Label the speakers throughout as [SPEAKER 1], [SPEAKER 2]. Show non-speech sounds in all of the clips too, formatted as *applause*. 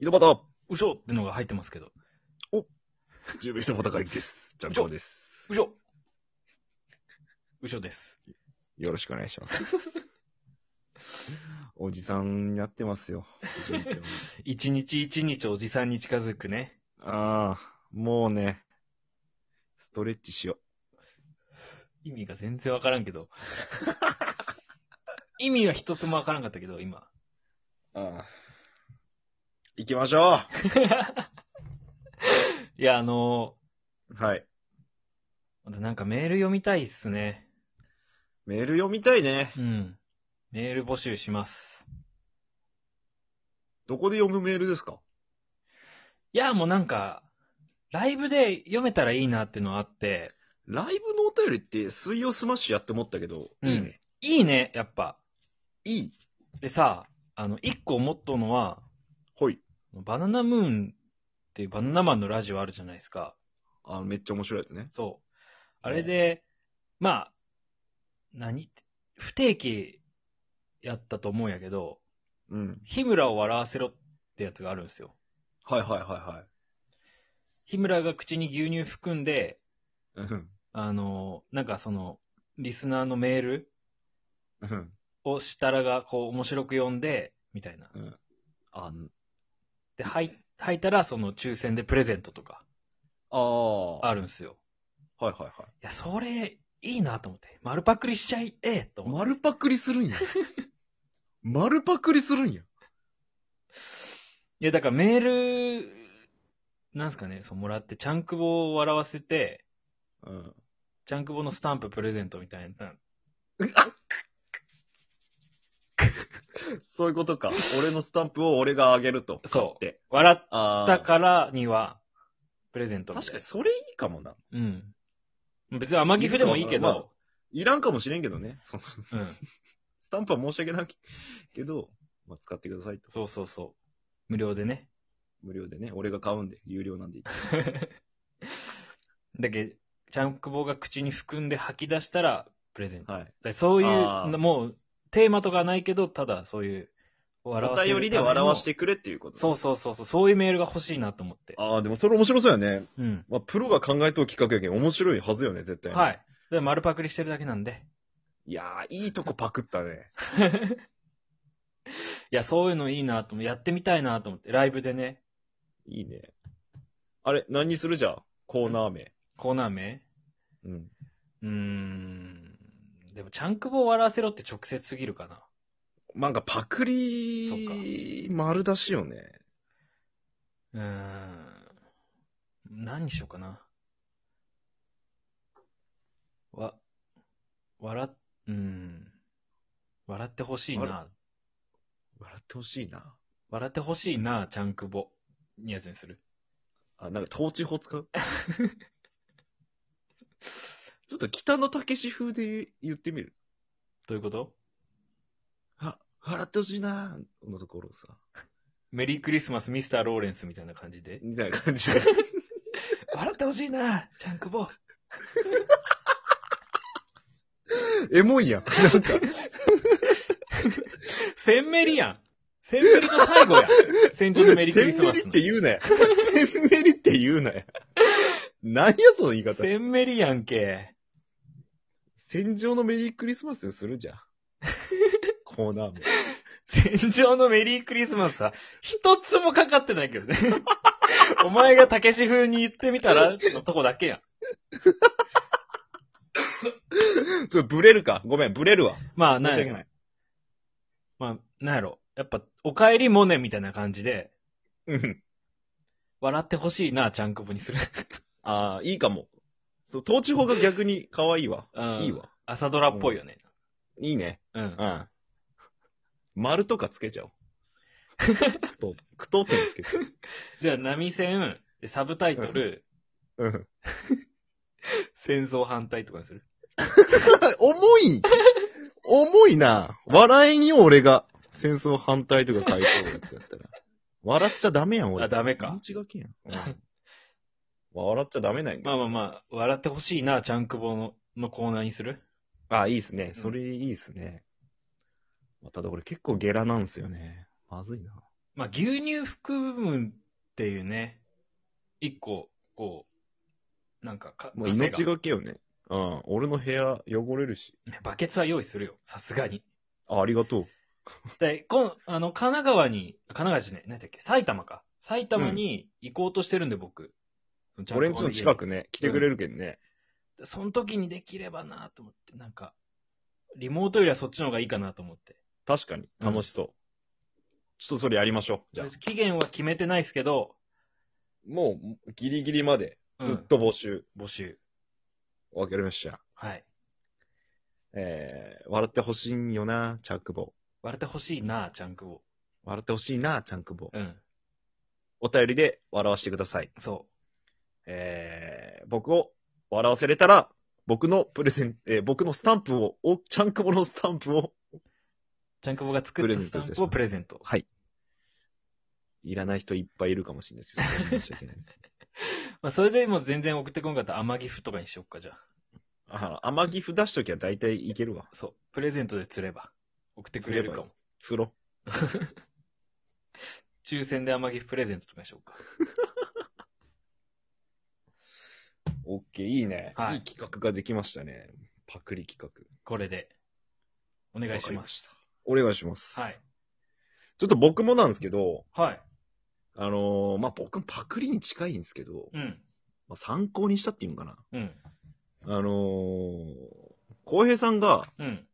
[SPEAKER 1] 井戸端、
[SPEAKER 2] うしょってのが入ってますけど。
[SPEAKER 1] 十分井戸端会議です。ジャンコです。
[SPEAKER 2] うしょうしょです。
[SPEAKER 1] よろしくお願い *laughs* します。おじさんやってますよ。順調に
[SPEAKER 2] 一日一日おじさんに近づくね。
[SPEAKER 1] ああ、もうね、ストレッチしよ
[SPEAKER 2] 意味が全然わからんけ *laughs* ど。意味は一つもわからんかったけど、今。
[SPEAKER 1] う。ああ。行きましょ
[SPEAKER 2] いや、あの
[SPEAKER 1] うはい。
[SPEAKER 2] ー、またなんかメール読みたいっすね。
[SPEAKER 1] メール読みたいね。
[SPEAKER 2] うん。メール募集します。
[SPEAKER 1] どこで読むメールですか
[SPEAKER 2] いや、もうなんか、ライブで読めたらいいなってのあって、
[SPEAKER 1] ライブのお便りって水曜スマッシュやって思ったけど、
[SPEAKER 2] うん
[SPEAKER 1] いいね。
[SPEAKER 2] いいね、やっぱ。
[SPEAKER 1] いい。
[SPEAKER 2] でさ、あの、一個思ったのは、
[SPEAKER 1] ほい。
[SPEAKER 2] バナナムーンっていうバナナマンのラジオあるじゃないですか。
[SPEAKER 1] あめっちゃ面白いやつね。
[SPEAKER 2] そう。あれで、まあ、何不定期やったと思うんやけど、
[SPEAKER 1] うん。
[SPEAKER 2] 日村を笑わせろってやつがあるんですよ。
[SPEAKER 1] はいはいは
[SPEAKER 2] 日村が口に牛乳含んで、
[SPEAKER 1] いはい。うん。
[SPEAKER 2] あの、なんかその、リスナーのメール
[SPEAKER 1] うん。
[SPEAKER 2] をしたらが、こう、面白く読んで、みたいな。
[SPEAKER 1] あ、
[SPEAKER 2] で、はい、入ったら、その、抽選でプレゼントとか、
[SPEAKER 1] ああ。
[SPEAKER 2] あるんですよ。
[SPEAKER 1] はいはいはい。
[SPEAKER 2] いや、それ、いいなと思って。丸パクリしちゃい、ええと思って。
[SPEAKER 1] 丸パクリするん
[SPEAKER 2] *laughs*
[SPEAKER 1] や。丸パクリするんや。
[SPEAKER 2] いや、だからメール、なんすかね、そう、もらって、チャンクボを笑わせて、
[SPEAKER 1] うん。
[SPEAKER 2] チャンクボのスタンププレゼントみたいな。
[SPEAKER 1] そういうことか。俺のスタンプを俺があげると。
[SPEAKER 2] そう
[SPEAKER 1] 買って
[SPEAKER 2] 笑っ
[SPEAKER 1] あ
[SPEAKER 2] た
[SPEAKER 1] あ。
[SPEAKER 2] からには、プレゼントみたい
[SPEAKER 1] 確かにそれいいかもな。
[SPEAKER 2] に。うん。別に甘ギフでもいいけ
[SPEAKER 1] まあ
[SPEAKER 2] ど、
[SPEAKER 1] いらんかもしれんけどね。その
[SPEAKER 2] うん。
[SPEAKER 1] スタンプは申し訳ないけど、まあ、使ってくださいと。
[SPEAKER 2] そうそうそう。無料でね。
[SPEAKER 1] 無料でね。俺が買うんで、有料なんで。
[SPEAKER 2] だけど、チャンクボが口に含んで吐き出したら、プレゼント。
[SPEAKER 1] はい。
[SPEAKER 2] だからそういう
[SPEAKER 1] あー、
[SPEAKER 2] もう、テーマとかないけど、ただそういう、笑
[SPEAKER 1] お
[SPEAKER 2] せる
[SPEAKER 1] 便りで
[SPEAKER 2] ための
[SPEAKER 1] 笑わしてくれっていうこと。
[SPEAKER 2] そうそうそうそう、そういうメールが欲しいなと思って。
[SPEAKER 1] ああ、でもそれ面白そうやね。
[SPEAKER 2] うん。
[SPEAKER 1] まあ、プロが考えとう企画やけん面白いはずよね、絶対に
[SPEAKER 2] はい。で、丸パクリしてるだけなんで。
[SPEAKER 1] いやー、いいとこパクったね。
[SPEAKER 2] いや、そういうのいいなと思って、やってみたいなと思って、ライブでね、
[SPEAKER 1] いいね。あれ、何にするじゃんコーナー名。
[SPEAKER 2] コーナー名
[SPEAKER 1] うん。
[SPEAKER 2] うーん。でも、チャンクボを笑わせろって直接すぎるかな。
[SPEAKER 1] なんかパクリ、丸出しよね。
[SPEAKER 2] うーん。何にしようかな。わ、笑っ、うーん。笑ってほしい
[SPEAKER 1] 笑
[SPEAKER 2] な。
[SPEAKER 1] 笑ってほしいな。
[SPEAKER 2] 笑ってほしいな、チャンクボ。にやつにする。
[SPEAKER 1] あ、なんか統治法使
[SPEAKER 2] *laughs*
[SPEAKER 1] うちょっと北野武史風で言ってみる。
[SPEAKER 2] どういうこと
[SPEAKER 1] は、笑ってほしいなーのところをさ。
[SPEAKER 2] メリークリスマス、ミスター・ローレンスみたいな感じで。
[SPEAKER 1] みたいな感
[SPEAKER 2] *laughs*
[SPEAKER 1] じで。
[SPEAKER 2] 笑ってほしいな、チャンクボ。
[SPEAKER 1] エモいやん。なんか、
[SPEAKER 2] センメリやん。センメリの
[SPEAKER 1] *laughs*
[SPEAKER 2] 最後やん。戦場のメリークリス
[SPEAKER 1] センメ
[SPEAKER 2] マス
[SPEAKER 1] リっ
[SPEAKER 2] の。
[SPEAKER 1] て言うなよ。センメリって言うなよ。何やその言い方。
[SPEAKER 2] センメリやんけ。
[SPEAKER 1] 戦場のメリークリスマスす
[SPEAKER 2] *laughs*
[SPEAKER 1] るじゃん。コーナー名。
[SPEAKER 2] 戦場のメリークリスマスは、一つもかかってないけ
[SPEAKER 1] *laughs*
[SPEAKER 2] どね。お前がたけし風に言ってみたら、のとこだけやん。
[SPEAKER 1] ちょ、ブレるか。ごめん、ブレるわ。
[SPEAKER 2] まあ、
[SPEAKER 1] 申
[SPEAKER 2] な
[SPEAKER 1] し
[SPEAKER 2] ん
[SPEAKER 1] 訳
[SPEAKER 2] やろ
[SPEAKER 1] ない。。
[SPEAKER 2] まあ、なんやろ。やっぱ、お帰りモネみたいな感じで、
[SPEAKER 1] うん。
[SPEAKER 2] 笑ってほしいな、チャンクボにする。
[SPEAKER 1] ああ、いいかも。そう、統治法が逆に可愛いわ。
[SPEAKER 2] うん
[SPEAKER 1] いいわ。
[SPEAKER 2] 朝ドラっぽいよね。
[SPEAKER 1] いいね。
[SPEAKER 2] うん
[SPEAKER 1] う。ん。丸とかつけちゃお *laughs* う。くと、くと点つけちゃ
[SPEAKER 2] じゃあ、波線、でサブタイトル、
[SPEAKER 1] おう。うん。
[SPEAKER 2] 戦争反対とかにする。
[SPEAKER 1] 重い重いな。笑えんよ、俺が。戦争反対とか書いてるやつだったら。笑っちゃダメやん、俺。
[SPEAKER 2] あダメか
[SPEAKER 1] 命がけやん。うん。 *laughs* 笑っちゃダメなんやけ
[SPEAKER 2] まあ
[SPEAKER 1] ど
[SPEAKER 2] まあまあ、笑ってほしいな、チャンクボののコーナーにする
[SPEAKER 1] ああ、いいっすね。それいいっすね。まあただ俺結構ゲラなんすよね。まずいな。
[SPEAKER 2] まあ、牛乳含むっていうね、一個、こう、なんかか、
[SPEAKER 1] もう命
[SPEAKER 2] が。
[SPEAKER 1] がけよね。うん。俺の部屋汚れるし。
[SPEAKER 2] バケツは用意するよ、さすがに。
[SPEAKER 1] あ、ありがとう。
[SPEAKER 2] で、こん、あの、神奈川に、神奈川じゃない、何だっけ、埼玉か。埼玉に行こうとしてるんで、僕。
[SPEAKER 1] 俺んちの近
[SPEAKER 2] く。
[SPEAKER 1] くね、来てくれるけんね。
[SPEAKER 2] その時にできればなと思って、なんか、リモートよりはそっちの方がいいかなと思って。
[SPEAKER 1] 確かに、楽しそう。ちょっとそれやりましょう。じゃあ。
[SPEAKER 2] 期限は決めてないですけど、
[SPEAKER 1] もう、ギリギリまで、
[SPEAKER 2] うん
[SPEAKER 1] ずっと募集。
[SPEAKER 2] 募集。
[SPEAKER 1] わ、かりました。
[SPEAKER 2] はい。
[SPEAKER 1] えー、笑ってほしいんよな、チャンクボ。
[SPEAKER 2] 割れてほしいなチャンクを。
[SPEAKER 1] 笑ってほしいな、チャンクボ。
[SPEAKER 2] うん。
[SPEAKER 1] お便りで笑わせてください。
[SPEAKER 2] そ
[SPEAKER 1] えー、僕を笑わせれたら、僕のプレゼン、えー僕のスタンプを、おチャンクボのスタンプを、
[SPEAKER 2] う。チャンクボが作ったスタンプをプレゼント。
[SPEAKER 1] はい。いらない人いっぱいいるかもしれないですけど、申し訳ない
[SPEAKER 2] *laughs*
[SPEAKER 1] です。
[SPEAKER 2] まあ、それでもう全然送ってこんかったら甘ギフとかにしよっか、じゃあ。
[SPEAKER 1] あ、甘ギフ出しときは大体いけるわ。
[SPEAKER 2] そう。プレゼントで釣れば。送ってくれるかも。
[SPEAKER 1] つろ。
[SPEAKER 2] 抽選で甘ギフプレゼントとかにしようか。
[SPEAKER 1] オッケー、いいね、
[SPEAKER 2] はい
[SPEAKER 1] い。い企画ができましたね。パクリ企画。
[SPEAKER 2] これで。お願いします。
[SPEAKER 1] お願いします。
[SPEAKER 2] はい。。
[SPEAKER 1] ちょっと僕もなんですけど、
[SPEAKER 2] はい。
[SPEAKER 1] あのーまあ、僕もパクリに近いんですけど、
[SPEAKER 2] うん。
[SPEAKER 1] まあ、参考にしたっていうのかな。
[SPEAKER 2] うん。
[SPEAKER 1] あの浩平さんが、
[SPEAKER 2] うん。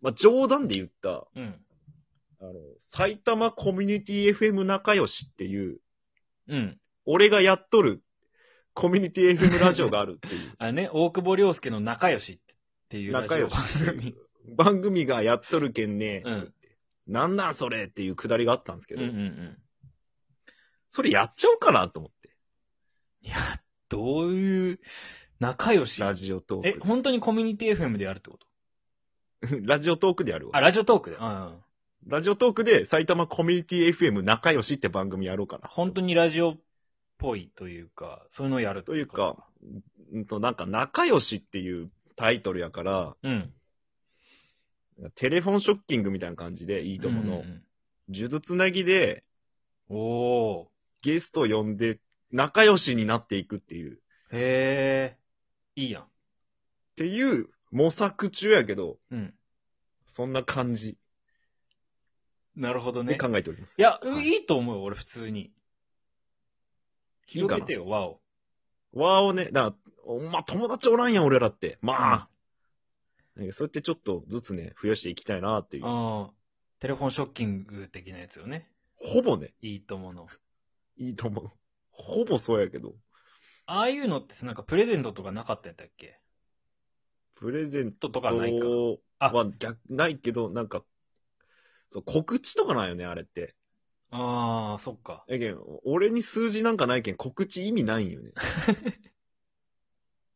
[SPEAKER 1] まあ、冗談で言った、
[SPEAKER 2] うん。
[SPEAKER 1] あの、埼玉コミュニティ FM 仲良しっていう、
[SPEAKER 2] うん。
[SPEAKER 1] 俺がやっとるコミュニティ FM ラジオがあるってい、
[SPEAKER 2] あれね、大久保良介の仲良しっていううラ
[SPEAKER 1] 仲
[SPEAKER 2] ジオ
[SPEAKER 1] 良し
[SPEAKER 2] 番
[SPEAKER 1] ってい
[SPEAKER 2] 組。 *laughs*
[SPEAKER 1] う番組がやっとるけんね、
[SPEAKER 2] うん
[SPEAKER 1] なんなんそれっていうくだりがあったんですけ
[SPEAKER 2] うん
[SPEAKER 1] ど、
[SPEAKER 2] うんうん。
[SPEAKER 1] それやっちゃおうかなと思って、
[SPEAKER 2] いや、どういう、仲良し。
[SPEAKER 1] ラジオトー
[SPEAKER 2] え、
[SPEAKER 1] ク
[SPEAKER 2] 本当にコミュニティ FM でやるってこと
[SPEAKER 1] で。ラジオトークでやる
[SPEAKER 2] あ、
[SPEAKER 1] わ。
[SPEAKER 2] ラジオトークで。うん。
[SPEAKER 1] ラジオトークで埼玉コミュニティ FM 仲良しって番組やろうかな。
[SPEAKER 2] 本当にラジオっぽいというか、そういうのをやる
[SPEAKER 1] というか。、うんと、なんか仲良しっていうタイトルやから、
[SPEAKER 2] うん。
[SPEAKER 1] テレフォンショッキングみたいな感じで、いいともの、
[SPEAKER 2] うんうん
[SPEAKER 1] 数珠つなぎで
[SPEAKER 2] うんおー。
[SPEAKER 1] ゲストを呼んで仲良しになっていくっていう、っ
[SPEAKER 2] へえ。いいやん。
[SPEAKER 1] ていう模索中やけど、
[SPEAKER 2] うん。
[SPEAKER 1] そんな感じ
[SPEAKER 2] なるほど
[SPEAKER 1] で
[SPEAKER 2] ね。
[SPEAKER 1] 考えております。
[SPEAKER 2] いや、
[SPEAKER 1] はい
[SPEAKER 2] いいと思うよ、俺普通に。
[SPEAKER 1] いいか
[SPEAKER 2] 広
[SPEAKER 1] な
[SPEAKER 2] げてよ、わお。
[SPEAKER 1] わーをね、だからおまあ、友達おらんやん、俺らって。まあ、なんかそうやってちょっとずつね、増やしていきたいなっていう。
[SPEAKER 2] ああ。テレフォンショッキング的なやつよね。
[SPEAKER 1] ほぼね、
[SPEAKER 2] いいともの。
[SPEAKER 1] いいと思う。ほぼそうやけど。
[SPEAKER 2] ああいうのってさなんかプレゼントとかなかったんやったっけ
[SPEAKER 1] プレゼン
[SPEAKER 2] ととかないか。
[SPEAKER 1] ト
[SPEAKER 2] あ
[SPEAKER 1] は逆、ないけど、なんか、そう、告知とかないよね、あれって。
[SPEAKER 2] ああ、そっか。
[SPEAKER 1] やけん、俺に数字なんかないけん、告知意味ないんよ
[SPEAKER 2] *laughs*
[SPEAKER 1] ね。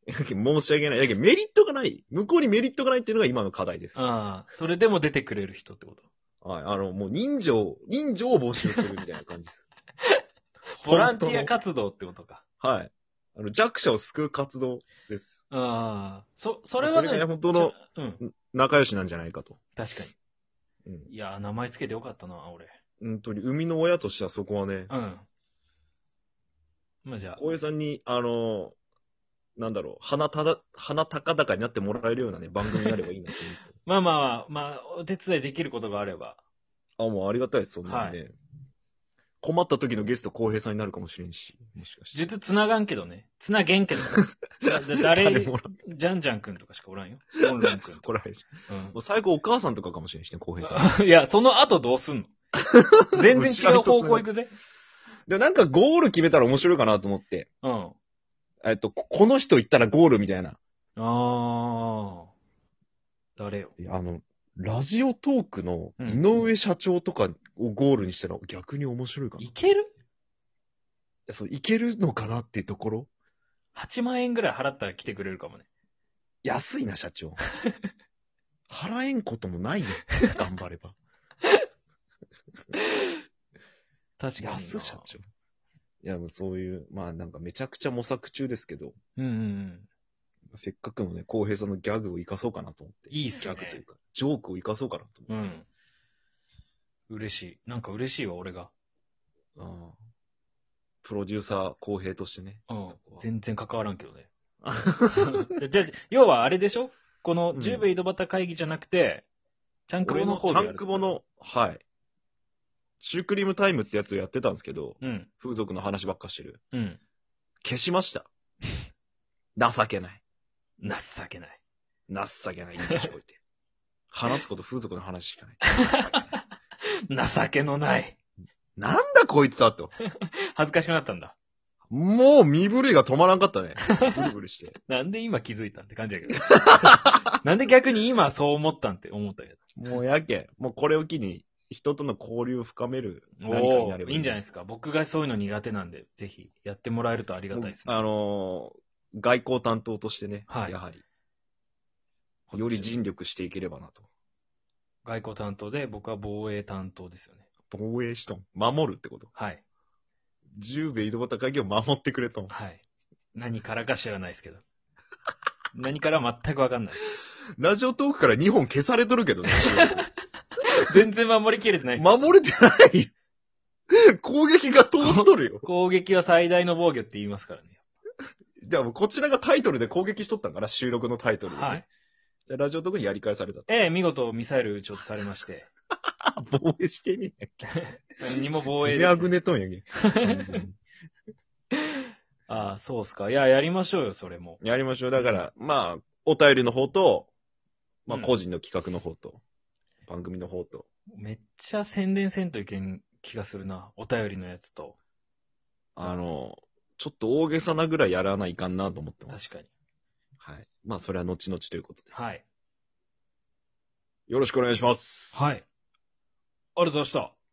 [SPEAKER 1] やけん、申し訳ない。やけん、メリットがない。向こうにメリットがないっていうのが今の課題です。はい。
[SPEAKER 2] ああ、それでも出てくれる人ってこと。
[SPEAKER 1] あの、もう人情、人情を募集するみたいな感じです。
[SPEAKER 2] *laughs* ボランティア
[SPEAKER 1] 本
[SPEAKER 2] 活動ってことか。
[SPEAKER 1] 当のはい。あの、弱者を救う活動です。
[SPEAKER 2] ああ、そ、それは
[SPEAKER 1] それが本当の、
[SPEAKER 2] ちょうん、
[SPEAKER 1] 仲良しなんじゃないかと。
[SPEAKER 2] 確かに。
[SPEAKER 1] うん。
[SPEAKER 2] いやー、名前つけてよかったな、俺。
[SPEAKER 1] 本当に、生みの親としてはそこはね、
[SPEAKER 2] うん。まあじゃあ、
[SPEAKER 1] 浩平さんに、あの、なんだろう、鼻ただ、鼻高々になってもらえるようなね、番組になればいいなと思うんですよ。
[SPEAKER 2] まあまあまあ、まあ、お手伝いできることがあれば。
[SPEAKER 1] あ、もうありがたいです、そんなのね。困った時のゲスト、浩平さんになるかもしれんし。もしかして。
[SPEAKER 2] 術繋がんけどね。繋
[SPEAKER 1] *laughs*
[SPEAKER 2] げんけど。だだ誰、
[SPEAKER 1] 誰
[SPEAKER 2] ジ
[SPEAKER 1] もおらん
[SPEAKER 2] ャンジャンくんとかしかおらんよ。ロンロンく
[SPEAKER 1] *laughs*
[SPEAKER 2] ん。
[SPEAKER 1] こらへんし。
[SPEAKER 2] うん
[SPEAKER 1] もう最後お母さんとかかもしれんしね、浩 *laughs* 平さん。
[SPEAKER 2] いや、その後どう
[SPEAKER 1] *laughs*
[SPEAKER 2] すんの全然違う方向行くぜ。
[SPEAKER 1] でもなんかゴール決めたら面白いかなと思って。
[SPEAKER 2] うん。あ
[SPEAKER 1] えっと、ここの人行ったらゴールみたいな。
[SPEAKER 2] あ。誰よ。
[SPEAKER 1] であの、ラジオトークの井上社長とかをゴールにしたら逆に面白いかな。い
[SPEAKER 2] いける
[SPEAKER 1] やそう、いけるのかなっていうところ
[SPEAKER 2] ?8 万円ぐらい払ったら来てくれるかもね。
[SPEAKER 1] 安いな、社長。 *laughs* 払えんこともないよ。頑張れば。
[SPEAKER 2] 確かにな。
[SPEAKER 1] 安社長。いや、もうそういう、まあなんかめちゃくちゃ模索中ですけど、
[SPEAKER 2] うんうんうん。
[SPEAKER 1] せっかくのね、浩平さんのギャグを生かそうかなと思って。
[SPEAKER 2] いいっすね
[SPEAKER 1] ギャグというか、ジョークを生かそうかなと
[SPEAKER 2] う
[SPEAKER 1] 思って。
[SPEAKER 2] ん。嬉しい。なんか嬉しいわ、俺が。
[SPEAKER 1] うん。プロデューサー公平としてね。
[SPEAKER 2] うん
[SPEAKER 1] そこは
[SPEAKER 2] 全然関わらんけど *laughs* ね。じゃあ、要はあれでしょこの
[SPEAKER 1] うん
[SPEAKER 2] 十部井戸端会議じゃなくて、ちゃんくぼ
[SPEAKER 1] 俺
[SPEAKER 2] の
[SPEAKER 1] の
[SPEAKER 2] 方
[SPEAKER 1] ち
[SPEAKER 2] でや
[SPEAKER 1] ゃ
[SPEAKER 2] る
[SPEAKER 1] んくぼ。の、はい。シュークリームタイムってやつをやってたんですけど、
[SPEAKER 2] うん。
[SPEAKER 1] 風俗の話ばっかしてる。
[SPEAKER 2] うん。
[SPEAKER 1] 消しました。情けない。
[SPEAKER 2] 情けない。
[SPEAKER 1] 情けない。いい年こい
[SPEAKER 2] *laughs*
[SPEAKER 1] て。話すこと風俗の話しかない。情けない
[SPEAKER 2] 情けのない。
[SPEAKER 1] なんだこいつだと。
[SPEAKER 2] 恥ずかしくなったんだ。
[SPEAKER 1] もう身震いが止まらんかった
[SPEAKER 2] *laughs*
[SPEAKER 1] ね。ブルブルして。
[SPEAKER 2] なんで今気づいたんって感じや
[SPEAKER 1] *laughs*
[SPEAKER 2] けど。なんで逆に今そう思ったんって思ったけど。
[SPEAKER 1] もうやけ。もうこれを機に人との交流を深める何かに
[SPEAKER 2] お
[SPEAKER 1] なれ
[SPEAKER 2] ー
[SPEAKER 1] ば
[SPEAKER 2] いいんじゃないですか。僕がそういうの苦手なんで、ぜひやってもらえるとありがたいですね。
[SPEAKER 1] あのー外交担当としてね、
[SPEAKER 2] はい
[SPEAKER 1] やはり、より尽力していければなと。
[SPEAKER 2] 外交担当で、僕は防衛担当ですよね。
[SPEAKER 1] 防衛しとん。守るってこと。
[SPEAKER 2] はい。
[SPEAKER 1] 十兵衛井戸端会議を守ってくれとん。
[SPEAKER 2] はい。何からか知らないですけど。何からは全くわかんない。
[SPEAKER 1] ラジオトークから2本消されとるけど
[SPEAKER 2] *laughs*
[SPEAKER 1] ね。
[SPEAKER 2] 全然守りきれてないです。
[SPEAKER 1] 守れてないよ。攻撃が通っとるよ。
[SPEAKER 2] 攻撃は最大の防御って言いますからね。
[SPEAKER 1] じゃあもうこちらがタイトルで攻撃しとったんから、収録のタイトルで、ね。
[SPEAKER 2] はい。
[SPEAKER 1] じゃあラジオトークにやり返された。
[SPEAKER 2] ええ、見事ミサイル撃ち落とされまして。
[SPEAKER 1] あ、防衛してねえ。
[SPEAKER 2] 何にも防
[SPEAKER 1] い
[SPEAKER 2] 衛できな
[SPEAKER 1] や
[SPEAKER 2] い
[SPEAKER 1] ぐねとんや *laughs* け。完全に
[SPEAKER 2] ああ、そうっすか。いや、やりましょうよ、それも。
[SPEAKER 1] やりましょう。だから、まあ、お便りの方と、まあ、
[SPEAKER 2] うん
[SPEAKER 1] 個人の企画の方と、番組の方と、
[SPEAKER 2] めっちゃ宣伝せんといけん気がするな。お便りのやつと。
[SPEAKER 1] あの、ちょっと大げさなぐらいやらないかんなと思ってます。
[SPEAKER 2] 確かに。
[SPEAKER 1] はい。まあ、それは後々ということで。
[SPEAKER 2] はい。
[SPEAKER 1] よろしくお願いします。
[SPEAKER 2] はい。ありがとうございました。